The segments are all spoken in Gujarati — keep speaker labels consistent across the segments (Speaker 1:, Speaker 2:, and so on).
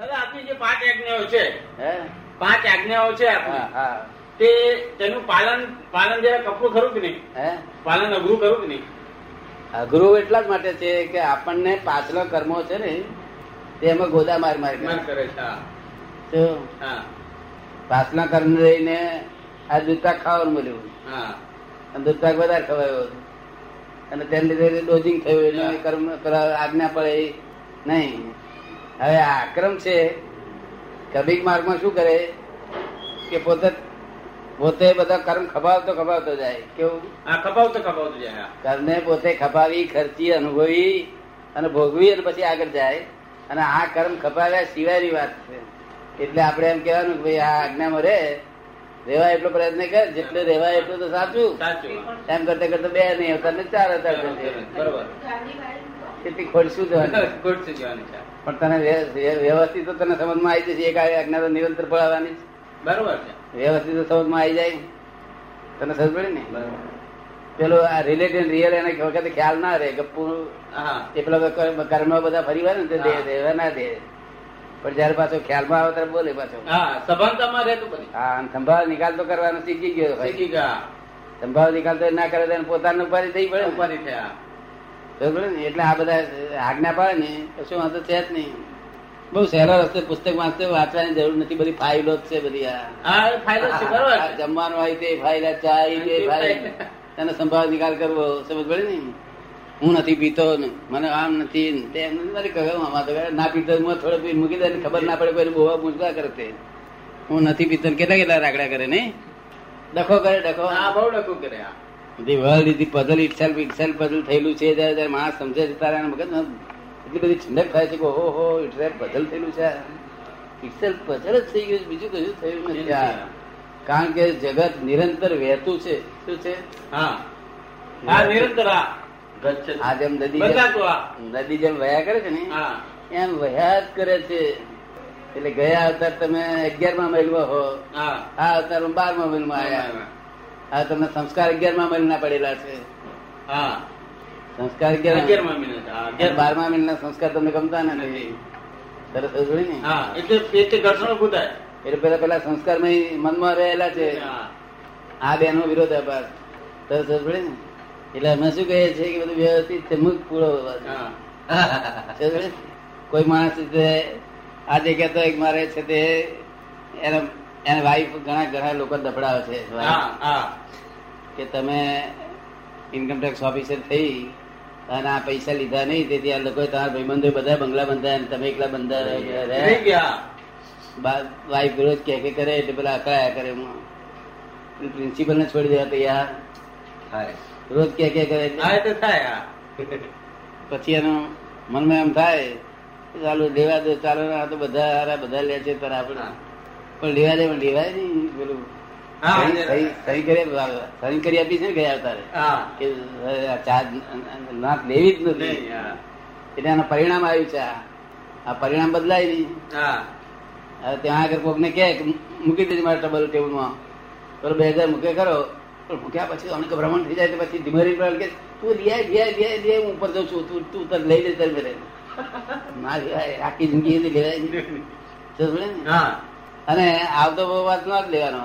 Speaker 1: આપની જે પાંચ આજ્ઞાઓ છે
Speaker 2: હે
Speaker 1: પાંચ આજ્ઞાઓ છે
Speaker 2: હા
Speaker 1: આપની
Speaker 2: હા
Speaker 1: તે તેનું પાલન પાલન જરા કપડું ખરું કે નહીં
Speaker 2: હે
Speaker 1: પાલન અઘરું ખરું કે નહીં
Speaker 2: અઘરું એટલા જ માટે છે કે આપણને પાછલો કર્મો છે ને તેમાં ગોદા માર મારી
Speaker 1: મન
Speaker 2: કરે.
Speaker 1: કરે છે હા
Speaker 2: તો
Speaker 1: હા
Speaker 2: પાછલા કર્મ લઈને આ દૂધપાક ખાવાનું મળ્યું
Speaker 1: હા
Speaker 2: અને દૂધપાક વધારે ખવાયો અને તેને લીધે ડોઝિંગ થયું એટલે કર્મ કરવા આજ્ઞા પડે નહીં હવે આ આક્રમ છે કબીક માર્ગમાં શું કરે કે પોતે પોતે બધા કર્મ ખપાવતો ખપાવતો જાય કેવું
Speaker 1: હા ખપાવતો ખપાવતો જાય હા
Speaker 2: કર્મને પોતે ખપાવી ખર્ચી અનુભવી અને ભોગવી અને પછી આગળ જાય અને આ કર્મ ખપાવ્યા સિવાયની વાત છે એટલે આપણે એમ કહેવાનું કે ભાઈ આ આજ્ઞામાં રહે રહેવાય એટલો પ્રયત્ન કર જેટલો રહેવાય એટલું તો સાચું
Speaker 1: સાચું હા.
Speaker 2: એમ કરતા કરતા બે નહીં અવતાર ને ચાર અવતાર થશે
Speaker 1: બરોબર
Speaker 2: કેટલી ખોટશું જવાની
Speaker 1: ગુડ છે જવાની છે
Speaker 2: પણ તને વ્ય- વ્ય- વ્યવસ્થિત તો તને સમજમાં આવી જશે એક આ આજ્ઞા તો નિરંતર પડાવવાની
Speaker 1: બરોબર છે
Speaker 2: જ. વ્યવસ્થિત તો સમજમાં આવી જાય તને સમજ પડી ને
Speaker 1: બરોબર
Speaker 2: પેલો આ રિલેટેડ રિયલ એને વખતે ખ્યાલ ના રહે ગપ્પુ
Speaker 1: હા
Speaker 2: એ પેલો કર્મ કર્મમાં બધા ફરી વળે ને તે દે
Speaker 1: હા.
Speaker 2: દેવા ના દે પણ જયારે પાછો ખ્યાલમાં આવે ત્યારે બોલે પાછો
Speaker 1: હા સભાનતામાં રહેતું બધી
Speaker 2: હા અને સંભાવ નિકાલ તો કરવાનો શીખી ગયો ભાઈ.
Speaker 1: શીખી ગયા
Speaker 2: સંભાવ નિકાલ તો ના કરે તો એને પોતાનું ઉપાધિ થઈ પડે ને.
Speaker 1: ઉપાધિ થયા
Speaker 2: બરોબર ને? એટલે આ બધા આજ્ઞા પાડે ને કશું વાંધો છે જ નહીં બહુ સહેલો રસ્તે પુસ્તક વાંચતો વાંચવાની જરૂર નથી બધી ફાઇલો જ છે બધી આ
Speaker 1: હા એ ફાયદો છે બરોબર
Speaker 2: આ
Speaker 1: છે
Speaker 2: જમવાનું હોય તે ફાઇલ આ ચા આવી તે ફાઇલ તેનો સંભાવ નિકાલ કરવો સમજ પડે ને હું નથી પીતો ને મને આમ નથી ને તેમ નથી. મારે કહ્યું આમાં તો કહે, ના પીતો હું થોડો પી મૂકી દે ને ખબર ના પડે કોઈ બોવા પૂછવા કરે તે હું નથી પીતો ને કેટલા કેટલા રાગડા કરે નહીં ડખો કરે ડખો
Speaker 1: હા બહુ ડખું કરે હા
Speaker 2: બધી world is puzzle itself itself puzzle થયેલું છે ત્યારે ત્યારે માણસ સમજે છે તારા એના મગજમાં એટલી બધી ઠંડક થાય છે કે ઓહો હો ઇટસેલ્ફ પઝલ થયેલું છે ઇટસેલ્ફ પઝલ જ થઈ ગયું છે, બીજું કશું થયું નથી આ. કારણ કે જગત નિરંતર વહેતું છે શું છે
Speaker 1: હા હા નિરંતર હા
Speaker 2: આ જેમ નદી જેમ-
Speaker 1: બદલાતું હા
Speaker 2: નદી જેમ વહ્યા કરે છે ને
Speaker 1: હા
Speaker 2: એમ વહ્યા જ કરે છે એટલે ગયા અવતાર તમે અગિયારમાં મહિલમાં હો
Speaker 1: હા
Speaker 2: આ અવતાર બારમા મહિલમાં આવ્યા આ તમને સંસ્કાર અગિયારમા મહિલના પડેલા છે
Speaker 1: હા
Speaker 2: સંસ્કાર અગિયાર
Speaker 1: અગિયારમાં મિનિટ હા
Speaker 2: અગિયાર
Speaker 1: અગિયાર
Speaker 2: બારમા મિનિટના સંસ્કાર તમને ગમતા નથી સરસ હોય ને
Speaker 1: હા એટલે એટલે ઘર્ષણ કુદાય
Speaker 2: એટલે પેલા પેલા સંસ્કાર મનમાં રહેલા છે
Speaker 1: હા
Speaker 2: આ બેનો વિરોધાભાસ સરસ હોય ને એટલે અમે શું કહીએ છીએ કે બધું વ્યવસ્થિત છે મુખ પૂરો સરસ
Speaker 1: હા
Speaker 2: હોય ને? કોઈ માણસ છે આજે કહેતો એક મારે છે તે એના એના વાઈફ ઘણા ઘણા લોકો દફડાવે છે
Speaker 1: હા હા
Speaker 2: કે તમે ઇન્કમ ટેક્સ ઓફિસર થઈ અને આ પૈસા લીધા નહીં તેથી આ લોકો તમારા ભાઈબંધો બધા બંગલા બંધાયા અને તમે એકલા બંધા રહ્યા.
Speaker 1: થઈ ગયા
Speaker 2: બા- વાઈફ રોજ કે કે કરે એટલે પેલા અકળાયા કરે હું પ્રિન્સિપલ ને છોડી દેવા તૈયાર રોજ કે કે કરે એટલે
Speaker 1: હા એ તો થાય હા
Speaker 2: પછી એનું મનમાં એમ થાય કે ચાલો લેવા દો ચાલો આ તો બધા હારા બધા લે છે તારા આપણે પણ લેવા દે પણ લેવાય નહીં પેલું
Speaker 1: હા.
Speaker 2: સહી- સહી- સહી કરી સહી કરી આપી છે ને ગયા તારે
Speaker 1: હા
Speaker 2: કે આ ચા નાથ લેવી જ નથી
Speaker 1: નહીં, હા.
Speaker 2: એટલે આનું પરિણામ આવ્યું છે આ આ પરિણામ બદલાય નહીં
Speaker 1: હા
Speaker 2: હવે ત્યાં આગળ કોકને કહે કે મૂકી દેજે મારા ટેબલ ટેબલમાં તો બે હજાર મૂકે ખરો પણ મૂક્યા પછી અમને ભ્રમણ થઈ જાય તો પછી ધીમે ધીમે એમ કે તું લિયા લિયા લિયા લિયા હું ઉપર જઉં છું તું તું તાર લઈ લે તારે મેરે ના લેવાય આખી જિંદગી એની લેવાય નહીં. સમજે ને?
Speaker 1: હા
Speaker 2: અને આવતો બહુ વાત નો જ લેવાનો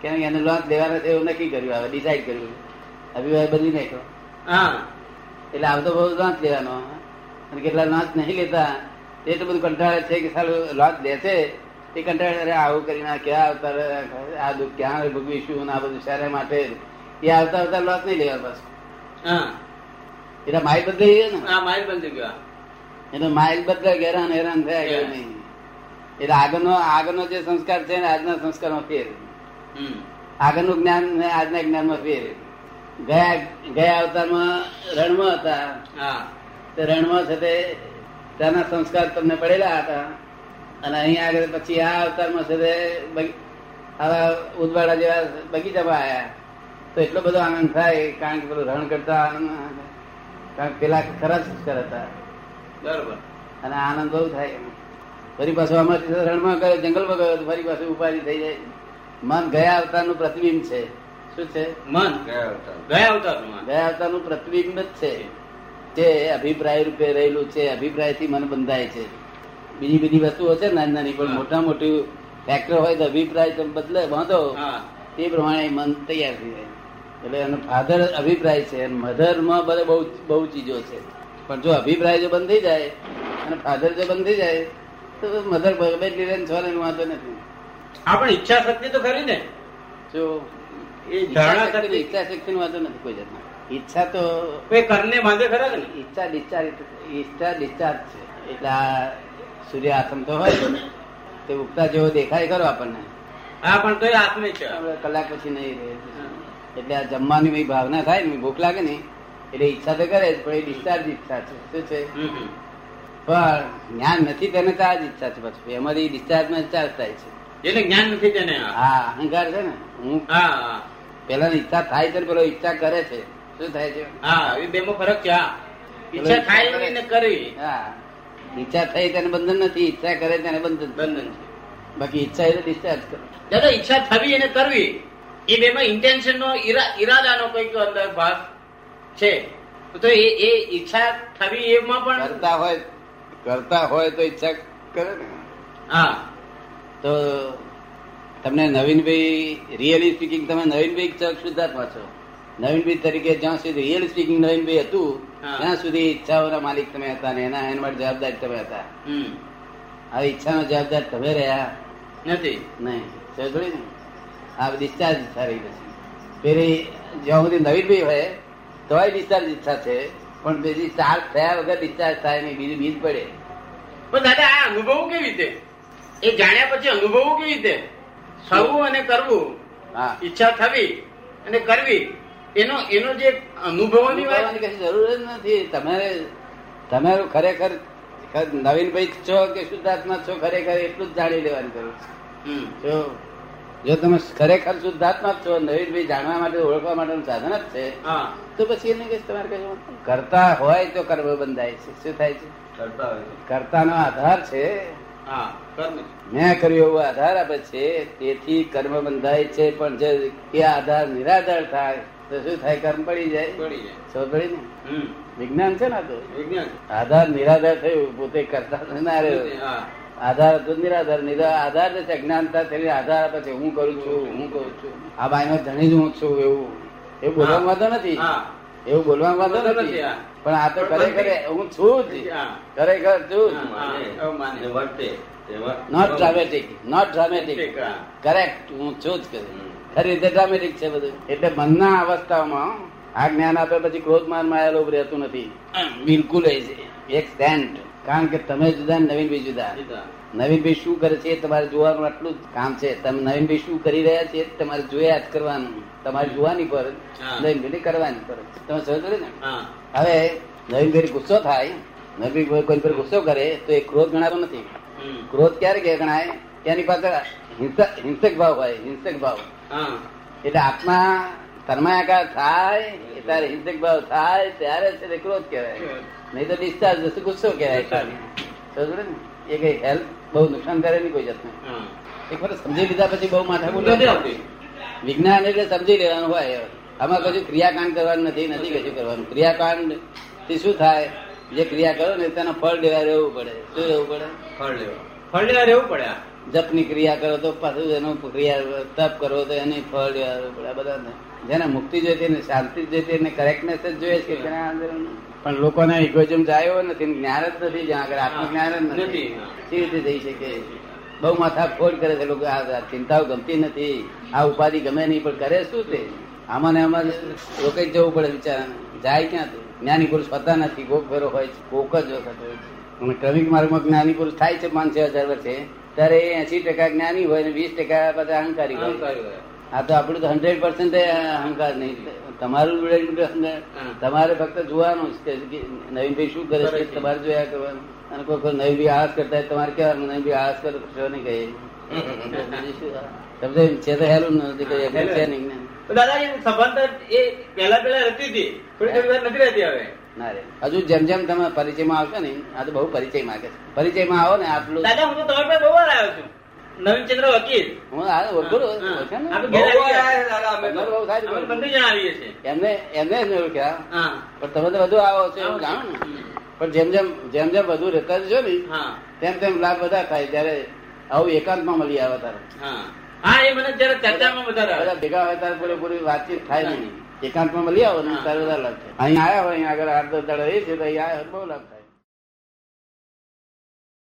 Speaker 2: કેમ કે એને લોન લેવાનો છે એવું નક્કી કર્યું હવે ડિસાઈડ કર્યું અભિવાય બદલી નાખ્યો
Speaker 1: હા
Speaker 2: એટલે આવતો બહુ લોંચ લેવાનો અને કેટલા લોંચ નહીં લેતા એ તો બધું કંટાળે છે કે સારું લોંચ લે છે એ કંટાળે અરે આવું કરીને આ ક્યાં આવતા રે? આ દુઃખ ક્યાં હવે ભોગવીશું ને આ બધું શહેર માટે એ આવતા આવતા લોસ નહીં લેવા પાછું
Speaker 1: હા
Speaker 2: એટલે માઇલ બદલાઈ ગયો ને
Speaker 1: હા માઇલ બંધ થઈ ગયો
Speaker 2: એટલે માઇલ બદલાય કે હેરાન હેરાન થયા કે નહીં એટલે આગળનો આગળનો જે સંસ્કાર છે ને આજના સંસ્કારમાં ફેર
Speaker 1: હમ
Speaker 2: આગળનું જ્ઞાન ને આજના જ્ઞાનમાં ફેર ગયા ગયા અવતારમાં રણમાં હતા
Speaker 1: હા
Speaker 2: તે રણમાં છે તે ત્યાંના સંસ્કાર તમને પડેલા હતા અને અહીંયા આગળ પછી આ અવતારમાં છે તે બગી- આવા ઉદવાડા જેવા બગીચામાં આવ્યા તો એટલો બધો આનંદ થાય કારણ કે પેલું રણ કરતા આનંદ આવે. કારણ કે પેલા ખરા સંસ્કાર હતા
Speaker 1: બરોબર
Speaker 2: અને આનંદ બહુ થાય એમ. ફરી પાછું આમાંથી રણમાં ગયો જંગલમાં ગયો તો ફરી પાછું ઉપાધિ થઈ જાય મન ગયા અવતારનું પ્રતિબિંબ છે શું છે
Speaker 1: મન ગયા અવતાર નું
Speaker 2: ગયા અવતારનું પ્રતિબિંબ જ છે જે અભિપ્રાય રૂપે રહેલું છે અભિપ્રાયથી મન બંધાય છે બીજી બધી વસ્તુઓ છે નાની નાની પણ મોટા મોટી ફેક્ટર હોય તો અભિપ્રાય તમે બદલે વાંધો
Speaker 1: હા
Speaker 2: તે પ્રમાણે મન તૈયાર થઈ જાય એટલે એનો ફાધર અભિપ્રાય છે અને મધરમાં બધા બહુ બહુ ચીજો છે પણ જો અભિપ્રાય જો બંધ થઈ જાય અને ફાધર જો બંધ થઈ જાય તો મધર બગડેલી રહે ને છોને વાંધો નથી
Speaker 1: હા, પણ ઈચ્છા શક્તિ તો ખરી ને
Speaker 2: જો
Speaker 1: એ ધારણા
Speaker 2: ઈચ્છા
Speaker 1: શક્તિ
Speaker 2: ઈચ્છા શક્તિનો વાંધો નથી કોઈ જાતનો ઈચ્છા તો
Speaker 1: એ કરને બાંધે ખરા કે નહીં?
Speaker 2: ઈચ્છા ડિસ્ચાર્જ ઈચ્છા ડિસ્ચાર્જ છે એટલે આ સૂર્ય આથમતો હોય તે ઉગતા જેવો દેખાય ખરો આપણને
Speaker 1: હા પણ તોય આત્મે છે
Speaker 2: આપણે કલાક પછી નહીં રહે એટલે આ જમવાની એવી ભાવના થાય ને ભૂખ લાગે ને એટલે ઈચ્છા તો કરે જ પણ એ ડિસ્ચાર્જ ઈચ્છા છે શું છે
Speaker 1: હમ, હમ.
Speaker 2: પણ જ્ઞાન નથી તેને તો આ જ ઈચ્છા છે પછી એમાંથી ડિસ્ચાર્જમાં ડિસ્ચાર્જ થાય છે
Speaker 1: એટલે જ્ઞાન નથી તેને હા
Speaker 2: હા અહંકાર છે ને હું
Speaker 1: હા
Speaker 2: પેલા ઈચ્છા થાય છે ને પેલો ઈચ્છા કરે છે શું થાય છે
Speaker 1: હા એ બેમાં ફરક છે હા ઈચ્છા થાય એવી ને કરવી
Speaker 2: હા ઈચ્છા થઈ તેને બંધન નથી ઈચ્છા કરે તેને બંધન છે.
Speaker 1: બંધન છે
Speaker 2: બાકી ઈચ્છા એ તો ડિસ્ચાર્જ કરે
Speaker 1: દાદા ઈચ્છા થવી અને કરવી એ બેમાં ઇન્ટેન્શન નો ઈરાદાનો કઈક અંદર ભાગ છે તો એ એ ઈચ્છા થવી એમાં પણ
Speaker 2: કરતા હોય કરતા હોય તો ઈચ્છા કરે ને
Speaker 1: હા
Speaker 2: તો તમને નવીનભાઈ રિયલી સ્પીકિંગ તમે નવીનભાઈ છો કે શુદ્ધાત્મા છો નવીનભાઈ તરીકે જ્યાં સુધી રિયલ સ્પીકિંગ નવીનભાઈ હતું
Speaker 1: હા.
Speaker 2: ત્યાં સુધી ઈચ્છાઓના માલિક તમે હતા ને એના એના માટે જવાબદાર તમે હતા
Speaker 1: હમ.
Speaker 2: હવે ઈચ્છાનો જવાબદાર તમે રહ્યા
Speaker 1: નથી
Speaker 2: નહીં સમજ પડી ને આ ડિસ્ચાર્જ ઈચ્છા રહી પછી પેલી જ્યાં સુધી નવીનભાઈ હોય તોય ડિસ્ચાર્જ ઈચ્છા છે પણ બીજી ચાર્જ થયા વગર ડિસ્ચાર્જ થાય નહીં બીજું બીજ પડે
Speaker 1: પણ દાદા આ અનુભવ કેવી રીતે એ જાણ્યા પછી અનુભવ કેવી રીતે થવું અને કરવું
Speaker 2: હા
Speaker 1: ઈચ્છા થવી અને કરવી એનો એનો જે અનુભવની વાત
Speaker 2: અનુભવવાની કશી જરૂર જ નથી તમારે તમારું ખરેખર ખર- નવીનભાઈ છો કે શુદ્ધાત્મા છો ખરેખર એટલું જ જાણી લેવાની જરૂર
Speaker 1: હમ.
Speaker 2: છે જો જો તમે ખરેખર શુદ્ધાત્મા જ છો નવીનભાઈ જાણવા માટે ઓળખવા માટેનું સાધન જ છે
Speaker 1: હા
Speaker 2: તો પછી એને કશું તમારે કશું કરતા હોય તો કર્મ બંધાય છે શું થાય છે કરતાનો આધાર છે
Speaker 1: હા કર્મ.
Speaker 2: મેં કર્યું એવો આધાર આપે છે તેથી કર્મ બંધાય છે પણ જે એ આધાર નિરાધાર થાય તો શું થાય કર્મ પડી જાય
Speaker 1: પડી જાય
Speaker 2: સૌ પડી ને
Speaker 1: હમ.
Speaker 2: વિજ્ઞાન છે ને આ તો
Speaker 1: વિજ્ઞાન
Speaker 2: આધાર નિરાધાર થયું પોતે કરતા તો ના રહ્યો
Speaker 1: હા
Speaker 2: આધાર હતો જ નિરાધાર નિરા આધાર જ છે અજ્ઞાનતા થઈને આધાર આપે છે હું કરું છું હું કરું છું આ બાઈનો ધણી જ હું છું એવું એવું બોલવામાં વાંધો નથી
Speaker 1: હા
Speaker 2: એવું બોલવામાં વાંધો
Speaker 1: વાંધો
Speaker 2: નથી
Speaker 1: નથી, હા.
Speaker 2: પણ આ તો ખરેખર હું છું જ
Speaker 1: હા.
Speaker 2: ખરેખર છું જ not dramatic not dramatic correct હું છું જ કરું ખરી રીતે ડ્રામેટિક છે બધું એટલે મનના અવસ્થામાં આ જ્ઞાન આપે પછી ક્રોધ માન માયા લોભ રહેતું નથી બિલકુલ એ જ. એક સેન્ટ કારણ કે તમે જુદા ને નવીનભાઈ જુદા નવીનભાઈ શું કરે છે એ તમારે જોવાનું આટલું જ કામ છે તમે નવીનભાઈ શું કરી રહ્યા છે એ તમારે જોયા જ કરવાનું તમારે જોવાની પર
Speaker 1: હા.
Speaker 2: નવીનભાઈ કરવાની પર તમે સમજો છો ને હવે નવીનભાઈ ગુસ્સો થાય નવીનભાઈ કોઈ પર ગુસ્સો કરે તો એ ક્રોધ ગણાતો નથી ક્રોધ ક્યારે કે ગણાય તેની પાછળ હિંસા હિંસક ભાવ હોય હિંસક ભાવ એટલે આત્મા તન્માયાકાર થાય એ ત્યારે હિંસક ભાવ થાય ત્યારે જ તેને ક્રોધ કહેવાય નહીં તો ડિસ્ચાર્જ જશે ગુસ્સો કહેવાય ખાલી. સમજો ને એ કઈ હેલ્પ બહુ નુકસાન કરે નહીં કોઈ જાતને એક વખત સમજી લીધા પછી બહુ માથા વિજ્ઞાન એટલે સમજી લેવાનું હોય આમાં કશું ક્રિયાકાંડ કરવાનું નથી નથી કશું કરવાનું ક્રિયાકાંડ થી શું થાય જે ક્રિયા કરો ને તેના ફળ લેવા રહેવું પડે શું રહેવું પડે જપની ક્રિયા કરો તો પાછું એનું ક્રિયા તપ કરો તો એની ફળ લેવાનું પડે. આ બધાને જેને મુક્તિ જોઈતી ને શાંતિ જોઈતી ને કરેક્ટનેસ જ જોઈએ છે કે તેના અંદર પણ લોકોને ઇગોઇઝમ જાયો નથી ને જ્ઞાન જ નથી જ્યાં આગળ આત્મજ્ઞાન જ નથી
Speaker 1: નથી, હા.
Speaker 2: કેવી રીતે થઈ શકે બહુ માથા ફોડ કરે છે લોકો આ આ ચિંતાઓ ગમતી નથી આ ઉપાધિ ગમે નહીં પણ કરે શું તે આમાં ને આમાં રોકાઈ જવું પડે બિચારાને જાય ક્યાં તે જ્ઞાની પુરુષ હોતા નથી કોક ફેરો હોય છે કોક જ વખત હોય છે અને ક્રમિક માર્ગમાં જ્ઞાની પુરુષ થાય છે પાંચ છ હજાર વર્ષે ત્યારે એ એસી ટકા જ્ઞાની હોય ને વીસ ટકા બધા અહંકારી હોય આ તો આપણું તો હંડ્રેડ પર્સન્ટ અહંકાર નહીં તમારું relative અહંકાર.
Speaker 1: હા.
Speaker 2: તમારે ફક્ત જોવાનું જ કે કે નવીનભાઈ શું કરે
Speaker 1: કરે
Speaker 2: છે
Speaker 1: છે.
Speaker 2: તમારે જોયા કરવાનું અને કોઈ કોઈ નવીનભાઈ આળસ કરતા હોય તમારે કહેવાનું નવીનભાઈ આળસ કરો છો નહીં કહે બીજું શું? સમજાય ને? છે તો હેલું નથી કઈ અગર છે નહીં ને.
Speaker 1: દાદા એ સંબંધ એ પહેલા પહેલા રહેતી હતી થોડી થોડી વાર નથી રહેતી હવે
Speaker 2: ના રે હજુ જેમ જેમ તમે પરિચયમાં આવશો ને આ તો બહુ પરિચય માંગે છે પરિચયમાં આવો ને આટલું
Speaker 1: દાદા હું તો તમારી પાસે બહુ વાર આવ્યો છું નવીન ચંદ્ર વકીલ
Speaker 2: હું આ ઓળખું છું, ઓળખે ને?
Speaker 1: આપણે
Speaker 3: બહુ
Speaker 1: ઘેર આવી
Speaker 3: વાર આવ્યા
Speaker 1: ગયા.
Speaker 3: દાદા અમે તો.
Speaker 2: તમારું બહુ સારી
Speaker 1: અમે
Speaker 2: ઓળખ.
Speaker 1: બંને જણા આવીએ છીએ
Speaker 2: એમને એમને જ નહીં ઓળખ્યા
Speaker 1: હા
Speaker 2: પણ તમે તો વધુ આવો છો એવું જાણો ને
Speaker 1: હમ.
Speaker 2: પણ જેમ જેમ જેમ જેમ વધુ રહેતા જો ને
Speaker 1: હા
Speaker 2: તેમ તેમ લાભ વધારે થાય ત્યારે આવું એકાંતમાં મળી આવે તારે
Speaker 1: હા હા એ મને જરા ચર્ચામાં વધારે આવે.
Speaker 2: બધા ભેગા હોય ત્યારે પૂરેપૂરી વાતચીત થાય નહીં એકાંતમાં મળી આવો ને ત્યારે વધારે લાભ થાય અહીંયા આવ્યા હોય અહીંયા આગળ આઠ દસ દાડા રહીએ છીએ તો અહીંયા આવ્યા હોય તો બહુ લાભ થાય